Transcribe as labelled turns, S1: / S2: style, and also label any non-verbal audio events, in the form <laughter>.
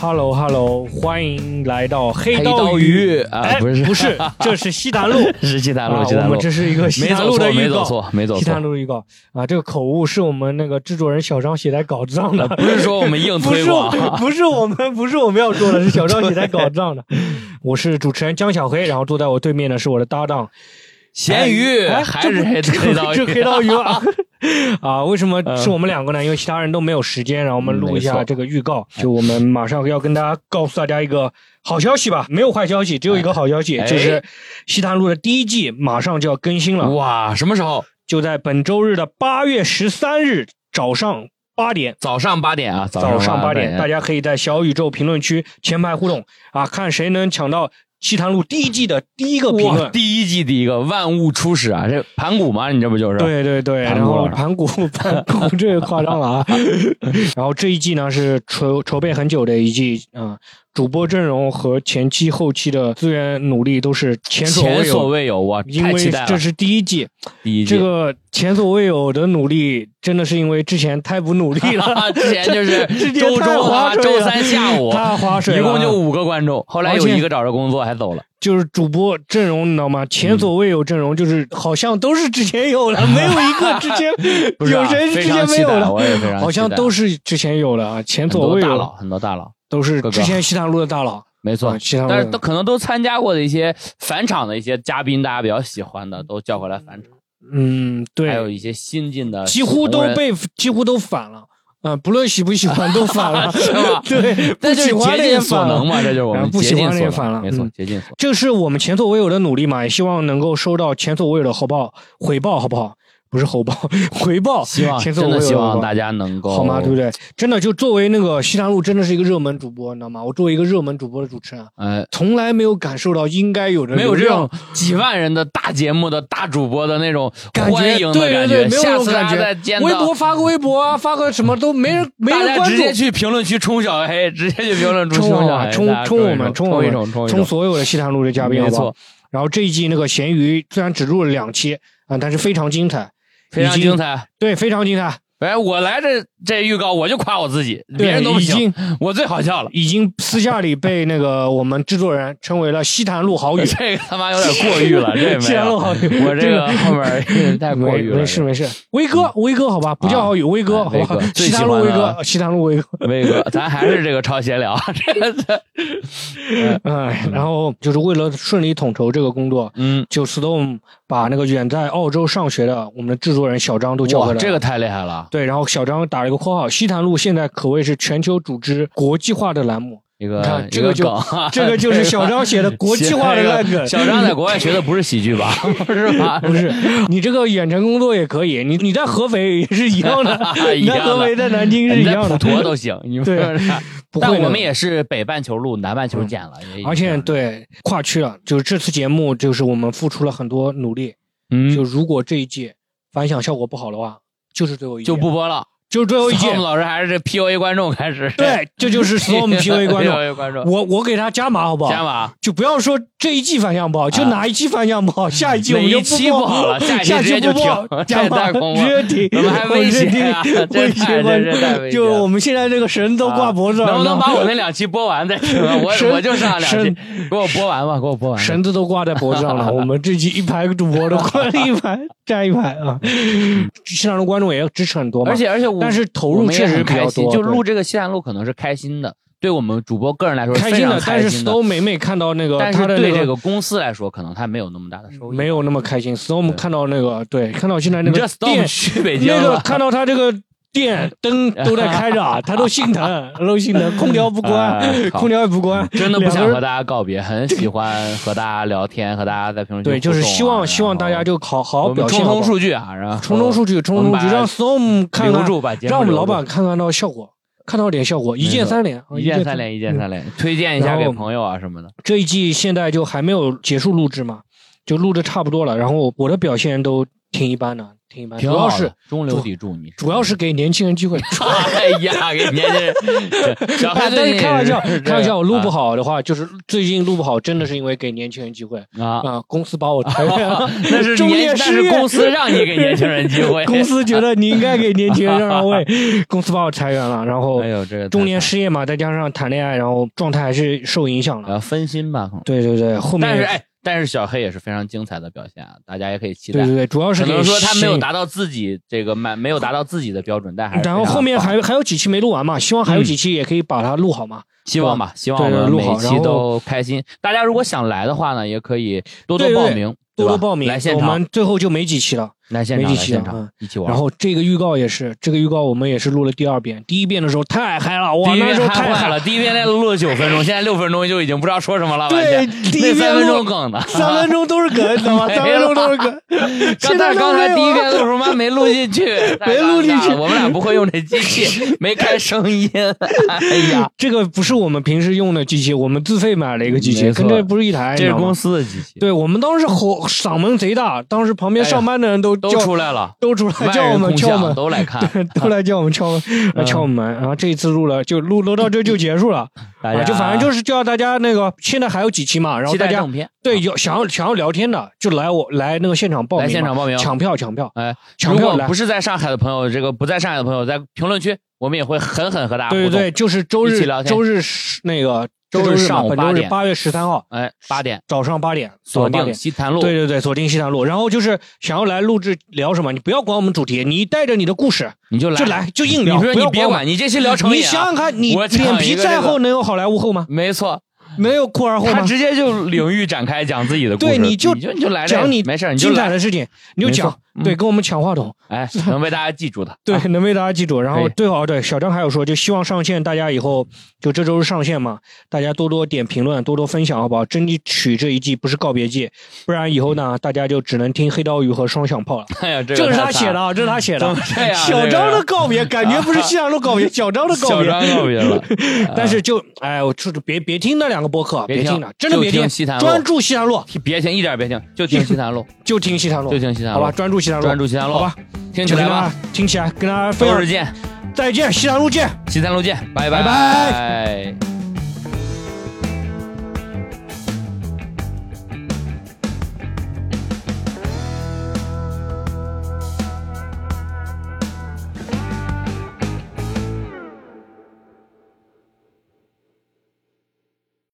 S1: Hello Hello，欢迎来到黑
S2: 刀
S1: 鱼
S2: 鱼啊
S1: 哎
S2: 不是
S1: 不是，这是西南路。
S2: 是 <laughs> 西南
S1: 啊
S2: 路，西
S1: 我
S2: 南路
S1: 们，这是一个西
S2: 没
S1: 南
S2: 走
S1: 路的
S2: 错，
S1: 预
S2: 没
S1: 告
S2: 走，错，没走
S1: 西南
S2: 错，
S1: 路预告啊，这个口误是我们那个制作人小张写在稿子上的，
S2: 呃不
S1: <laughs>
S2: 是说我们硬
S1: 不
S2: 推
S1: 是
S2: 广，啊
S1: 我不是我们 <laughs> 不是我们要说的，是小张写在稿子上的。我是主持人江小黑，然后坐在我对面的是我的搭档
S2: 咸鱼
S1: 哎
S2: 还是
S1: 这不
S2: 黑刀
S1: 这
S2: 鱼
S1: 黑刀鱼
S2: <laughs>
S1: 啊啊！为什么
S2: 嗯
S1: 是我们两个呢？因为其他人都没有时间，然后我们录一
S2: 嗯没
S1: 下
S2: 错
S1: 这个预告。就我们马上要跟大家告诉大家一个好消息吧，没有坏消息，只有一个好消息，
S2: 哎
S1: 就是《西坛路》的第一季马上就要更新了，
S2: 哇，什么时候？
S1: 就在本周日的八月十三日早上八点。
S2: 早上八点啊，
S1: 早上
S2: 上
S1: 八点，
S2: 点，
S1: 大家可以在小宇宙评论区前排互动啊，看谁能抢到《西坛路》第一季的第一个评
S2: 哇，
S1: 论。
S2: 第一季第一个万物初始啊，这盘古嘛，你这不就是？
S1: 对对对，
S2: 盘古
S1: 然后
S2: 了
S1: 盘古 <laughs> 盘古这个夸张了
S2: <laughs>
S1: 啊。然后这一季呢是筹筹备很久的一季啊、主播阵容和前期后期的资源努力都是前所
S2: 前
S1: 未
S2: 所
S1: 有。
S2: 未有，哇，
S1: 因
S2: 太
S1: 为
S2: 期待
S1: 这
S2: 了！
S1: 是第一季，
S2: 第一季
S1: 这个前所未有的努力，真的是因为之前太不努力了，
S2: 啊，之前 <laughs> 就是
S1: <laughs> 之前
S2: 周
S1: 太
S2: 中
S1: 划
S2: 啊，
S1: 水
S2: 周
S1: 了
S2: 三下午，
S1: 太划水了。
S2: 一共就五个观众，后来有一个找着工作还走了，
S1: 就是主播阵容，你知道吗？前所未有阵容，就是好像都是之前有的，没有一个之前
S2: <laughs> 不是啊
S1: 有谁是
S2: 非
S1: 之前
S2: 常
S1: 没
S2: 期
S1: 有
S2: 待，
S1: 的，
S2: 我也非常期待，
S1: 好像都是之前有的啊。前
S2: 很
S1: 所
S2: 多
S1: 未
S2: 大
S1: 有
S2: 佬，很多大佬，
S1: 都是
S2: 各个
S1: 之前西塘路的大佬，
S2: 没错
S1: 啊，西塘路
S2: 但
S1: 的
S2: 是都可能都参加过的一些返场的一些嘉宾，大家比较喜欢的都叫回来返场，
S1: 嗯，
S2: 还有
S1: 对，
S2: 一些新进的
S1: 几乎都
S2: 红人
S1: 被几乎都反了，嗯，不论喜不喜欢都反了，
S2: <laughs> 是吧
S1: 对，不
S2: 但是
S1: 喜欢的
S2: 竭
S1: 也
S2: 尽所
S1: 反
S2: 能
S1: 了。
S2: 嘛，这就是我
S1: 然后
S2: 们
S1: 不
S2: 竭
S1: 喜欢
S2: 尽
S1: 的
S2: 所
S1: 也反了
S2: 能，没错
S1: 嗯，
S2: 竭尽所
S1: 这是我们前所未有的努力嘛，也希望能够收到前所未有的回报，回报好不好？不是回报， <laughs> 回报，
S2: 能。希望
S1: 前所
S2: 真
S1: 未有
S2: 的希
S1: 回报
S2: 望大家能够
S1: 好吗？对不对？真的，就作为那个西南路，真的是一个热门主播，你知道吗？我作为一个热门主播的主持人，啊
S2: 呃，
S1: 从来没有感受到应该有的
S2: 没有
S1: 流
S2: 这
S1: 量
S2: 种几万人的大节目的大主播的那种
S1: 感觉，
S2: 欢迎的
S1: 对对
S2: 感
S1: 对，没有那
S2: 下
S1: 种
S2: 次
S1: 感
S2: 大家再
S1: 觉。
S2: 见
S1: 微
S2: 到
S1: 博。发个微博啊，发个什么都没人没
S2: 大
S1: 人
S2: 家
S1: 关
S2: 直接
S1: 注。
S2: 去评论区冲小黑，直接去评论区
S1: 冲我
S2: 小
S1: 啊
S2: 黑，
S1: 冲
S2: 大家
S1: 冲我
S2: 一
S1: 们冲
S2: 冲
S1: 我
S2: 一
S1: 们
S2: 冲，冲一
S1: 从所有的西南路的嘉宾，好
S2: 没
S1: 不好
S2: 错？，
S1: 然后这一季那个咸鱼虽然只录了两期啊，但是非常精彩，
S2: 非常
S1: 已经
S2: 精彩。
S1: 对，非常精彩，
S2: 哎，我来这这预告，我就夸我自己，别
S1: 对
S2: 人都，不
S1: 已
S2: 行，
S1: 经
S2: 我最
S1: <laughs>
S2: 好笑了。
S1: 已经私下里被那个我们制作人称为了西坛路
S2: <laughs>
S1: 好语，
S2: 这个他妈有点过誉了，
S1: <laughs>
S2: 啊这也没
S1: 西坛路
S2: 有。
S1: 好语，
S2: 我这个后
S1: <laughs>
S2: 面太过
S1: 没
S2: 誉了。嗯
S1: 没事没事，威哥威哥好吧，不叫好宇，威哥
S2: 啊
S1: 好吧
S2: 威哥，最
S1: 西塘
S2: 喜
S1: 路
S2: 欢
S1: 威
S2: 的
S1: 哥，西塘路威哥，
S2: 威哥，咱还是这个超闲
S1: <laughs>
S2: 聊。这这
S1: 哎，然后就是为了顺利统筹这个工作，
S2: 嗯，
S1: 就 Storm 把那个远在澳洲上学的我们的制作人小张都叫回
S2: 哇，
S1: 来了。
S2: 这个太厉害了，
S1: 对，然后小张打了一个括号，西坛路现在可谓是全球组织国际化的栏目， <laughs>
S2: 一
S1: 你
S2: 个
S1: 看这
S2: 一
S1: 个就
S2: 梗啊，
S1: 这个就是小张写
S2: <laughs>
S1: 的国际化的烂
S2: 这个
S1: 梗。
S2: 小张在国外学的不是喜剧吧？ <laughs> 不是吧？，
S1: <laughs> 不是，你这个远程工作也可以，你你在合肥也是一样的
S2: <laughs>
S1: 你
S2: 啊一样
S1: 在
S2: 的
S1: 合肥在南京是
S2: 你
S1: 一
S2: 在
S1: 样
S2: 普
S1: 的，
S2: 陀都行，你
S1: 对
S2: 说啥？
S1: <laughs> 不
S2: 但
S1: 会的
S2: 我们也是北半球路，南半球见了，也
S1: 而且，对跨区了，就是这次节目，就是我们付出了很多努力。就
S2: 嗯，
S1: 如果这一季反响效果不好的话，就是最后一季，
S2: 就不播了。
S1: 就是最后一季。
S2: Tom 老师还是这 PUA 观众开始，
S1: <laughs> 对，这就是
S2: <laughs>
S1: Storm PUA 观众。
S2: ，PUA 观众，
S1: 我我给他加码好不
S2: 加
S1: 好？
S2: 码，
S1: 就不要说这一季反响不好，就
S2: 啊
S1: 哪一期反响不好，下一季我
S2: 哪
S1: 们就
S2: 一期不好了下一期
S1: <laughs> 下
S2: 直
S1: 不
S2: 接就
S1: 播， <laughs>
S2: 停
S1: 加码
S2: 太恐怖了
S1: 直接停，
S2: 我们还威胁啊
S1: 直接停
S2: 这
S1: 威
S2: 太
S1: 胁观
S2: 这这太
S1: 众，
S2: 威胁
S1: 就
S2: 了
S1: 我们现在这个绳都挂脖子上，
S2: 啊
S1: 你
S2: 能不能
S1: 知道吗
S2: 把我那两期播完再听啊？我
S1: 神
S2: 我就上两期
S1: 神，
S2: 给我播完吧，给我播
S1: <laughs>
S2: 完吧。
S1: 绳子都挂在脖子上了。我们这期一排主播都挂了一排， <laughs> 站一排
S2: <laughs>
S1: 啊！现场的观众也支持很多嘛，
S2: 而且而且我，
S1: 但是投
S2: 我
S1: 入
S2: 们也
S1: 确实
S2: 很
S1: 比
S2: 开
S1: 较
S2: 心，
S1: 多，
S2: 就
S1: 对
S2: 录这个西南路可能是开心的，对我们主播个人来说是
S1: 开
S2: 非
S1: 心
S2: 常
S1: 的。但
S2: 开
S1: 是
S2: 心的。
S1: Storm 每每看到那个
S2: 但
S1: 他
S2: 是
S1: 的
S2: 对
S1: 那
S2: 这个公司来说，可能它没有那么大的收益。
S1: 没有那么开心，Storm
S2: 对
S1: 看到那个对，看到现在那
S2: 你这
S1: 个
S2: Storm
S1: 店 <laughs>
S2: 去北京
S1: 那个
S2: 了，
S1: 看到他这个。店灯都在开着
S2: <laughs>
S1: 啊，他都心疼，都心疼。空调不
S2: 哎
S1: 关， <laughs>
S2: 好
S1: 空调也不关，
S2: 真的
S1: 两
S2: 不
S1: 个
S2: 想
S1: 人
S2: 和大家告别，很喜欢和大家聊天，和大家在评论区
S1: 对，就
S2: 互
S1: 是
S2: 动啊
S1: 希望希望大家就好好
S2: 我们
S1: 表现
S2: 冲
S1: 好不
S2: 冲
S1: 好，
S2: 数据啊，然后
S1: 冲冲数据，冲冲数
S2: 我们
S1: 据，
S2: 把
S1: 让 Storm 看
S2: 留
S1: 看
S2: 住吧，节目
S1: 让我们
S2: 留
S1: 老
S2: 住
S1: 板看看到效果，看到点效果，一键三连，啊
S2: 一键三连，一键。
S1: 嗯
S2: 三连，推荐一下
S1: 然
S2: 给
S1: 后
S2: 朋友啊什么的。
S1: 这一季现在就还没有结束录制嘛，就录的差不多了，然后我的表现都挺一般的，挺一般，主
S2: 挺
S1: 要
S2: 好的
S1: 是
S2: 中流砥柱，你
S1: 主要是给年轻人机会。
S2: <laughs> 哎呀，给年轻人， <laughs> 小
S1: 哎
S2: 孩
S1: 但
S2: 最
S1: 是
S2: 近
S1: <laughs> 开玩笑，
S2: 是这
S1: 开玩笑，我录不
S2: 样
S1: 好的话，就是最近录不好，真的是因为给年轻人机会
S2: 啊。
S1: 啊，公司
S2: <laughs>
S1: 把我裁员了，
S2: 那是
S1: 中
S2: 年，
S1: 年
S2: 但
S1: 失
S2: 是
S1: 业，。
S2: 公司让你给年轻人机
S1: <laughs>
S2: 会
S1: 公司觉得你应该给年轻人让让
S2: <laughs>
S1: 位，公司把我裁员了，然后
S2: 哎呦，这个
S1: 中年
S2: 失
S1: 失业嘛，再加上谈恋爱，然后状态还是受影响了。
S2: 要分心吧，可能。
S1: 对对对，后面
S2: 啊但是哎，但是小黑也是非常精彩的表现啊，大家也可以期
S1: 对
S2: 待
S1: 对。对，主要是
S2: 可
S1: 给
S2: 能说他没有
S1: 新
S2: 达到自己这个满，没有达到自己的标准，但还是
S1: 然后
S2: 非常
S1: 后面
S2: 棒
S1: 还还有几期没录完嘛，希望还有几期也可以把它录好嘛。
S2: 希望吧，希望我
S1: 对
S2: 们
S1: 录
S2: 每
S1: 好
S2: 一期
S1: 然后
S2: 都开心。大家如果想来的话呢，也可以多多
S1: 对对
S2: 报
S1: 对
S2: 名，
S1: 多
S2: 对
S1: 多
S2: 吧
S1: 报名，
S2: 来现
S1: 我
S2: 场
S1: 们，最后就没几期了。
S2: 来现
S1: 没
S2: 场，
S1: 几
S2: 来
S1: 期
S2: 现
S1: 了
S2: 场
S1: 嗯，
S2: 一起玩。
S1: 然后这个预告也是，这个预告我们也是录了第二遍，第一遍的时候太嗨了，哇，
S2: 第一
S1: 那
S2: 遍
S1: 时候
S2: 太
S1: 太
S2: 坏
S1: 嗨
S2: 了，。第一遍练录了九分
S1: <laughs>
S2: 钟，现在六分钟就已经不知道说什么了。完
S1: 对
S2: 全，
S1: 第一
S2: 那三
S1: 遍
S2: 分
S1: 录
S2: 钟
S1: <laughs>
S2: 梗呢？
S1: 三分钟都是梗，你知道吗？
S2: <laughs> 没
S1: 三分钟都是梗。
S2: 刚
S1: 现
S2: 才
S1: 在
S2: 刚
S1: 都没
S2: 才
S1: 有
S2: 第一遍录什么没录进去，
S1: 没录进去
S2: <laughs> 太尴尬了我们俩不会用这机
S1: <laughs>
S2: 器，没开声音。哎呀，
S1: 这个不是我们平时用的机器，我们自费买了一个机器，
S2: 没错
S1: 跟这不是一台。哎你
S2: 这
S1: 知
S2: 是
S1: 道吗
S2: 公司的机器，，
S1: 对我们当时吼嗓门贼大，当时旁边
S2: 哎呀
S1: 上班的人都
S2: 都
S1: 叫
S2: 出来了，
S1: 都出来
S2: 万
S1: 叫我
S2: 人
S1: 们
S2: 空
S1: 敲
S2: 巷
S1: 门，
S2: 都嗯
S1: <laughs>
S2: 来看，
S1: 都来叫我们敲门，来敲我们门。然后这一次录了，就录录到这就结束了，
S2: 大家
S1: 啊，就反正就是叫大家那个，现在还有几期嘛，然后
S2: 哎期
S1: 大
S2: 待
S1: 家
S2: 正片，
S1: 对有想要想要聊天的，就来我来那个现场报名
S2: 啊
S1: 嘛，
S2: 来现场报名。
S1: 抢票抢票，
S2: 哎，
S1: 抢
S2: 如
S1: 票
S2: 果
S1: 来
S2: 不。是在上海的朋友，这个不在上海的朋友，在评论区我们也会狠狠和大家
S1: 对对
S2: 互动。
S1: 对，就是周
S2: 一起
S1: 日
S2: 聊天
S1: 周日是那个
S2: 周
S1: 这
S2: 日上午
S1: 嘛本
S2: 8
S1: 周日
S2: 点
S1: 八月十三号
S2: 哎，八点
S1: 早上八点
S2: 锁
S1: 早上八
S2: 定
S1: 点
S2: 西坛路，
S1: 对对对，锁定西南路。然后就是想要来录制聊什么，你不要管我们主题，你带着你的故事
S2: 你就来，
S1: 就来就硬
S2: 你
S1: 聊，
S2: 说
S1: 不
S2: 你
S1: 要
S2: 别
S1: 我
S2: 管，你这期聊成
S1: 你
S2: 瘾啊
S1: 想想看，你
S2: 我讲
S1: 脸
S2: 一
S1: 皮
S2: 个
S1: 再
S2: 这个
S1: 厚，能有好莱坞厚吗？
S2: 没错，
S1: 能有酷儿厚
S2: 他
S1: 吗？
S2: 直接就领域展开讲自己的故事，
S1: 对
S2: 你
S1: 你就
S2: 你就你就来这
S1: 讲你
S2: 没事儿你就
S1: 精彩
S2: 来，
S1: 的事情你就
S2: 没错
S1: 讲
S2: 嗯，
S1: 对，跟我们抢话筒，
S2: 哎，能被大家记住的， <laughs>
S1: 对
S2: 啊，
S1: 能被大家记住。然
S2: 可
S1: 后
S2: 以
S1: 最好对小张还有说，就希望上线，大家以后就这周是上线嘛，大家多多点评论，多多分享，好不好？争取这一季不是告别季，不然以后呢，大家就只能听黑刀鱼和双响炮了。
S2: 哎嗯呀，这
S1: 这
S2: 个
S1: 个是
S2: 太
S1: 他写
S2: 惨
S1: 的，
S2: 了，
S1: 啊，这是他写
S2: 怎
S1: 的
S2: 么。这样？
S1: 小张的告别，感觉不是西南路告
S2: <laughs>
S1: 别，小张的告
S2: 小
S1: 别。
S2: 张啊告别了， <laughs>
S1: 但是就哎，我就是别别听那两个播客，
S2: 别
S1: 别
S2: 听
S1: 听了，真的
S2: 就
S1: 别
S2: 听
S1: 听
S2: 西坛，路
S1: 专注西南路，
S2: 别听，一点别听，就听
S1: <laughs>
S2: 西坛路，
S1: 就听西南路
S2: 就，听西坛
S1: 好
S2: 路
S1: 吧，，专注西南路，
S2: 专注西坛路，
S1: 好吧，，
S2: 听起来吧，，
S1: 听起来，跟大家分
S2: 周
S1: 享
S2: 日，见，
S1: 再见，西南路见。
S2: 西坛路见，拜
S1: 拜
S2: 拜
S1: 拜